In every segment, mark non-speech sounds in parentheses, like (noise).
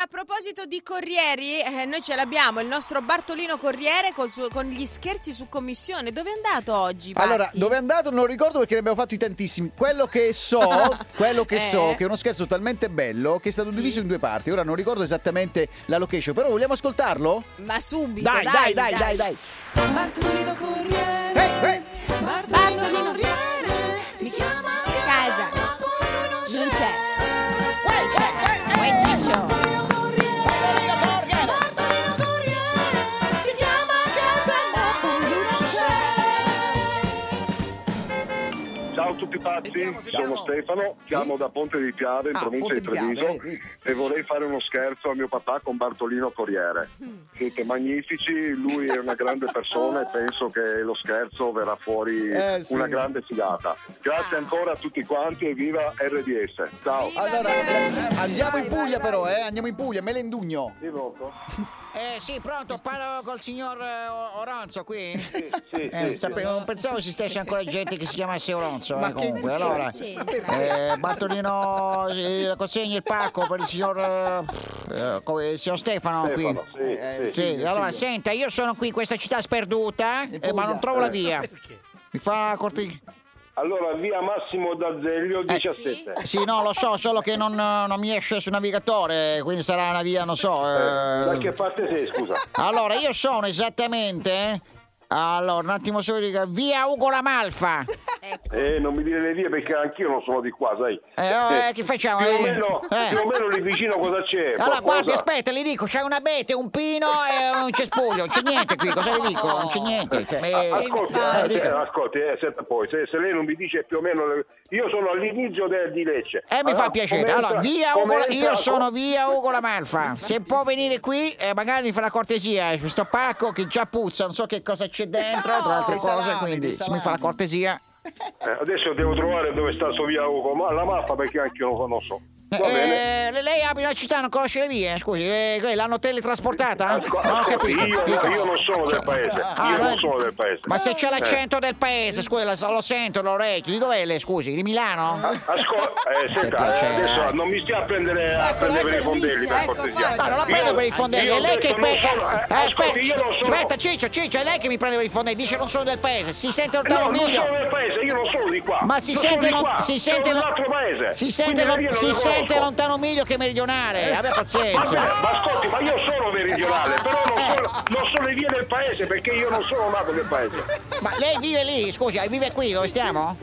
A proposito di corrieri, eh, noi ce l'abbiamo, il nostro Bartolino Corriere col suo- con gli scherzi su commissione. Dove è andato oggi? Barti? Allora, dove è andato non lo ricordo perché ne abbiamo fatti tantissimi. Quello che (laughs) so, quello che so, Eh. che è uno scherzo talmente bello che è stato Sì. diviso in due parti. Ora non ricordo esattamente la location, però vogliamo ascoltarlo? Ma subito, Dai, dai, dai, dai, dai. Bartolino Corriere, Eh, eh. Bartolino, Bartolino Corriere, ti chiama a Casa. casa, ma poi lui non Non c'è. c'è. Uè, Ciccio. Bartolino Corriere, Bartolino Corriere, ti chiama a casa, ma poi lui non c'è. Ciao a tutti pazzi, Sentiamo, sentiamo. sono Stefano, chiamo da Ponte di Piave in Ah, provincia Ponte di di Piave, Treviso eh, sì. e vorrei fare uno scherzo a mio papà con Bartolino Corriere. Siete magnifici, lui è una grande persona e penso che lo scherzo verrà fuori Eh, sì. una grande figata. Grazie Ah. ancora a tutti quanti e viva RDS. Ciao. Viva. Allora, eh, Vai, andiamo vai, in vai, Puglia vai. però, eh, andiamo in Puglia, Melendugno. Sì, Rocco? Eh sì, pronto, parlo col signor eh, O- Oronzo qui? Sì, (laughs) sì, Eh, sì, sapevo- non pensavo ci stesse ancora gente che si chiamasse Oronzo. Ma eh, che comunque, discorso? allora, eh, Bartolino, eh, consegni il pacco per il signor, eh, eh, come- il signor Stefano, Stefano, qui. sì, Eh, sì. Sì, figlio, allora, figlio. senta, io sono qui in questa città sperduta, In eh, Puglia. ma non trovo la Eh. via. Perché? Mi fa corti... Allora, via Massimo D'Azeglio 17. Sì, no, lo so, solo che non, eh, non mi esce sul navigatore, quindi sarà una via, non so... Eh, eh, da che parte sei, scusa? Allora, io sono esattamente. eh? Allora, un attimo solo dica, via Ugo la Malfa. Eh, non mi dire le vie perché anch'io non sono di qua, sai. Eh, oh, eh, che facciamo? Più o, eh? meno, Eh. più o meno lì vicino cosa c'è? Allora, Qualcosa? guardi, aspetta, le dico, c'è un abete, un pino e un cespuglio, non c'è niente qui, cosa le dico? Non c'è niente. Eh, Ah, Ascolti, eh, eh, dica. eh, ascolti, eh, senta poi, se, se lei non mi dice più o meno... le- Io sono all'inizio de- di Lecce. Eh, mi fa piacere. come Allora, entra- via come Ugo, entra- io sono via Ugo la Malfa. Se può venire qui, eh, magari mi fa la cortesia. eh, Questo pacco che già puzza, non so che cosa c'è dentro, tra altre Dei cose, salami, dei quindi se mi salami. fa la cortesia. Eh, adesso devo trovare dove sta su via Ugo, ma la mappa perché anch'io non lo so. Va bene. Eh, le- lei abita in una città, non conosce le vie? Scusi, eh, que- l'hanno (laughs) teletrasportata? Ascol- non ho ascolti, capito. io, dica. no, io non sono del paese, Ah, io no, non sono del paese. Ma se c'è Eh, l'accento del paese, scusi, la- lo sento l'orecchio. Di dov'è lei, scusi? Di Milano? ascol- eh, senta, eh, piacere. adesso non mi stia a prendere, a Ecco, prendere ecco per i il fondelli, vizio, per ecco, cortesia. guarda. No, non la Io- prendo per i fondelli, io è ho lei detto che non pe- sono- eh, eh, ascolti, io non sono. aspetta, Ciccio, Ciccio, è lei che mi prende per i fondelli, dice non sono del paese, si sente lontano No, un non miglio. sono del paese, io non sono di qua. Ma si non sono sente, di lo- qua, si sono sente, di lo- un altro paese. si sente, Quindi lo- io non si le conosco. sente lontano un miglio che meridionale. Abbia Va (laughs) bene, pazienza. ma ascolti, ma io sono (laughs) meridionale, però non sono, non sono le vie del paese perché io non sono nato nel paese. Ma lei vive lì, scusi, vive qui dove stiamo?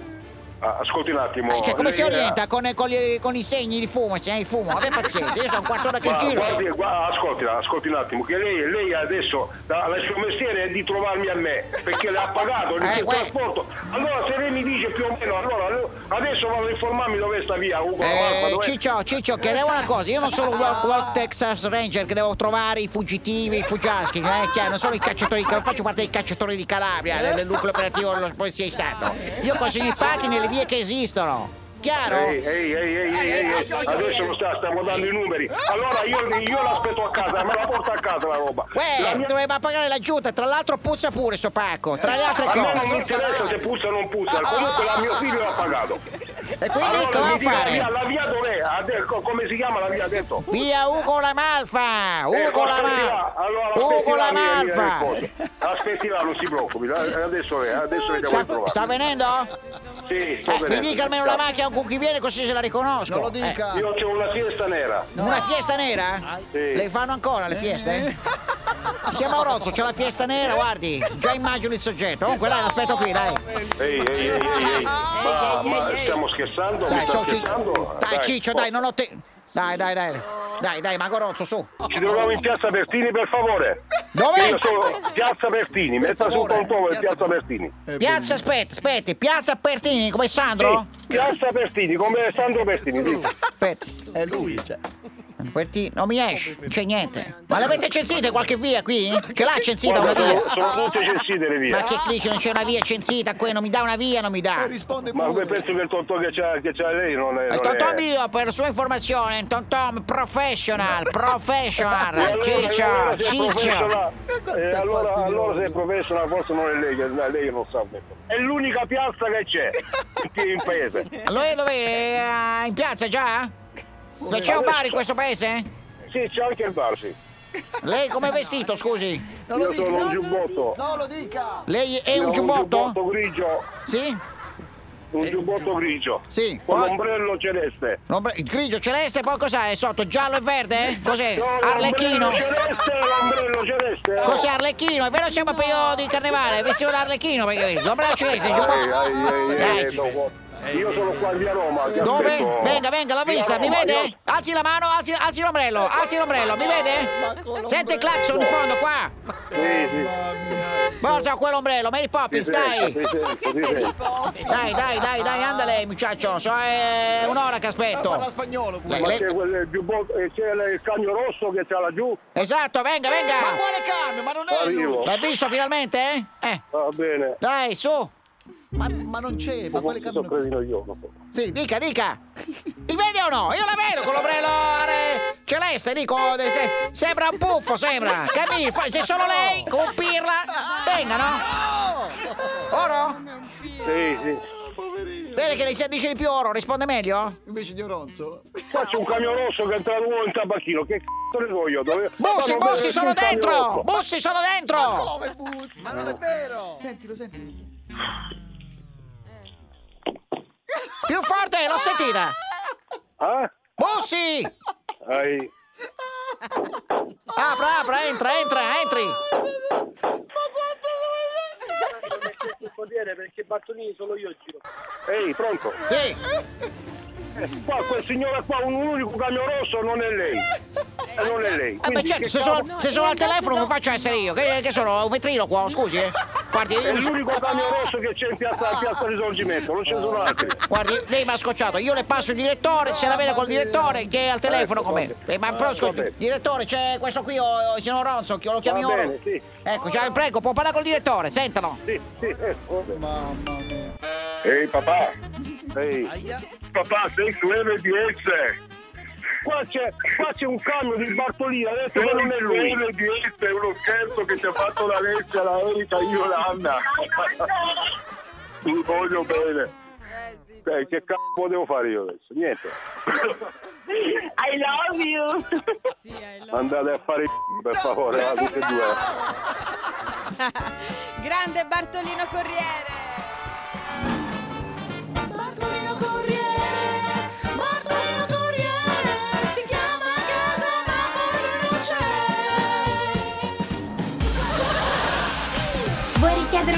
Ah, ascolti un attimo. Eh, cioè, come si lei- orienta con, con gli- con i segni di fumo? Se il fumo, vabbè pazienza, io sono un quarto d'ora che Guarda, giro. guardi, guarda, ascoltila, ascolti un attimo, che lei, lei adesso la- la- il suo mestiere è di trovarmi a me, perché le ha pagato il Eh, suo guai- trasporto. Allora se lei mi dice più o meno, allora adesso vado a informarmi dove sta via Ugo Marfa, Eh, dov'è? Ciccio, Ciccio, chiedevo una cosa, io non sono un Wild Wild Texas Ranger che devo trovare i fuggitivi, i fuggiaschi, eh, chiaro, non sono i cacciatori, non faccio parte dei cacciatori di Calabria, del del nucleo operativo dello polizia di Stato. Io consegno i pacchi nelle vie che esistono, chiaro? Ehi, ehi, ehi, ehi, ehi, ehi, adesso lo sta, stiamo dando i numeri. Allora io, io l'aspetto a casa, me la porto a casa la roba. La Uè, mia- doveva pagare la giunta, tra l'altro puzza pure sto pacco, tra le altre A me non mi cose. interessa se puzza o non Ah, puzza, comunque la mio figlio l'ha pagato. E ah. quindi Allora cosa mi devo dica la fare? via, la via dov'è? Ha detto- come si chiama la via? Ha detto. Via Ugo la Malfa! Eh, Ugo la aspetti Malfa! là, allora, aspetti Ugo là, la mi viene eh, la Malfa! risposta. Aspetti là, non si preoccupi, eh, adesso, eh, adesso vediamo di Sta, trovare. sta venendo? Sì, sto Eh, mi vedendo. dica almeno la macchina con cui viene così se la riconosco. Non lo Eh, dica. Io c'ho una fiesta nera. Una fiesta nera? Sì. Le fanno ancora le Eh. fieste? Si chiama Orozzo, c'è la fiesta nera, guardi. Già immagino il soggetto. Comunque dai, aspetto qui, dai. Ehi, ehi, ehi, ehi, Ah, ehi. Ma, ma stiamo scherzando? Mi Dai, sta so, Ci- scherzando? dai, Ciccio, po- dai, non ho te. Dai, dai, dai. Dai, dai, Mago Orozzo, su. Ci troviamo in piazza Bertini, per favore. Dov'è? Io sono piazza Bertini, metta sul favore, conto piazza, Bertini. Piazza, aspetta, aspetta, piazza Pertini, come Sandro? Sì, piazza Bertini, come Sandro Bertini. sì. Aspetta. È lui, cioè. Perti- non mi esce, non c'è niente. Ma l'avete censita qualche via qui? Che l'ha censita una Guarda, via? sono, sono tutte censite le Ma vie. che dice non c'è una via censita qui? Non mi dà una via, non mi dà. E risponde Ma come pure. penso che il conto che c'ha, che c'ha lei non è... Eh, non è- Tonton mio, per sua informazione, è un Tonton professional, professional, Ciccio, Ciccio. E è allora, fastidioso. allora se è professional forse non è lei, che lei non sa. È l'unica piazza che c'è in- in paese. Lui dove? eh, In piazza già? Ma c'è un bar in questo paese? sì, c'ho anche il Barsi. Lei com'è vestito, scusi? Non Io sono un giubbotto. No, lo dica. Lei è Io ho un Un giubbotto? giubbotto grigio. Sì? Un giubbotto grigio. Sì. Con Poi- l'ombrello celeste. L'ombre- il grigio celeste, poi cos'è? Sotto giallo e verde? Cos'è? No, Arlecchino? L'ombrello celeste, l'ombrello celeste. eh. Cos'è Arlecchino? È vero siamo a periodo di carnevale, vestito da Arlecchino, perché l'ombrello celeste, il Ai, giubbotto. ai, ai, ai, Dai. no, Io sono qua a via Roma. ti Dove? aspetto. Venga, venga, l'ho Via vista, mi Roma, vede? io- Alzi la mano, alzi, alzi l'ombrello, alzi l'ombrello, mi vede? Sente il clacson in fondo qua! Sì, sì. Porta quell'ombrello, Mary Ti Poppins, sento, dai! ti (laughs) sento, ti sento. Dai, dai, dai, dai, anda lei, muchacho, so, è un'ora Parla che aspetto! spagnolo pure. Lei- Ma lei- c'è quel giubbotto, eh, c'è il cagno rosso che c'ha laggiù. Esatto, venga, venga! Quale cambio? Ma non è lui. Arrivo. L'hai visto finalmente? eh? Eh, Va Ah, bene. dai, su! Ma, ma non c'è, ma quale Mi sono cambio? preso in io. Sì, dica, dica! Mi vede o no? Io la vedo con l'ombrello eh, celeste, dico, eh, se- sembra un puffo, sembra! Capì? Fa- Se solo lei, con pirla, venga, no? Oro? Sì, sì. Bene che lei sa- dice di più oro, risponde meglio? Invece di Oronzo? (laughs) Qua c'è un camion rosso che entra nuovo in tabacchino. Che c***o ne so io? Dove... Bussi, Stanno bussi, bene sono tutti il camion dentro! rosso. Bussi, sono dentro! Come puzza? Ma non è vero! Sentilo, sentilo. Più forte, l'ho sentita! Ah? Bussi! Ai. Apra, apra, entra, entra, entri! perché Bartolini solo io giro. Ehi, pronto? Sì, Qua, quel signore qua, un unico camion rosso, non è lei. Eh, non è lei. eh, beh, Quindi certo, che se cavolo- sono, se sono al telefono come faccio a essere io? Che, che sono un ventriloquo, scusi, eh? Guardi, È io- l'unico camion rosso che c'è in piazza, piazza Risorgimento, non ce ne sono altri. guardi, lei mi ha scocciato, io le passo il direttore, se la vede col direttore che è al telefono Ecco, con me. vabbè. Eh, ma però, Ah, scusi, vabbè. direttore, c'è questo qui, oh, il signor Ronzo, che lo chiami Va oro. bene, sì. Ecco, cioè, prego, può parlare col direttore, sentalo. Sì, sì, eh, vabbè. Mamma mia. Ehi papà! Ehi! Papà, sei su MDS! Qua c'è, qua c'è un camion di Bartolini, adesso che non è lui! MDS è uno scherzo che ti ha fatto la legge, la Erika Yolanda! Ti voglio bene! Eh, sì, Dai, che cazzo devo fare io adesso? Niente! I love you. sì, I love Andate a fare i c***o, per favore, va, tutti e due! you. Grande Bartolino Corriere. Bartolino Corriere, Bartolino Corriere, ti chiama a casa ma poi lui non c'è. Vuoi richiedere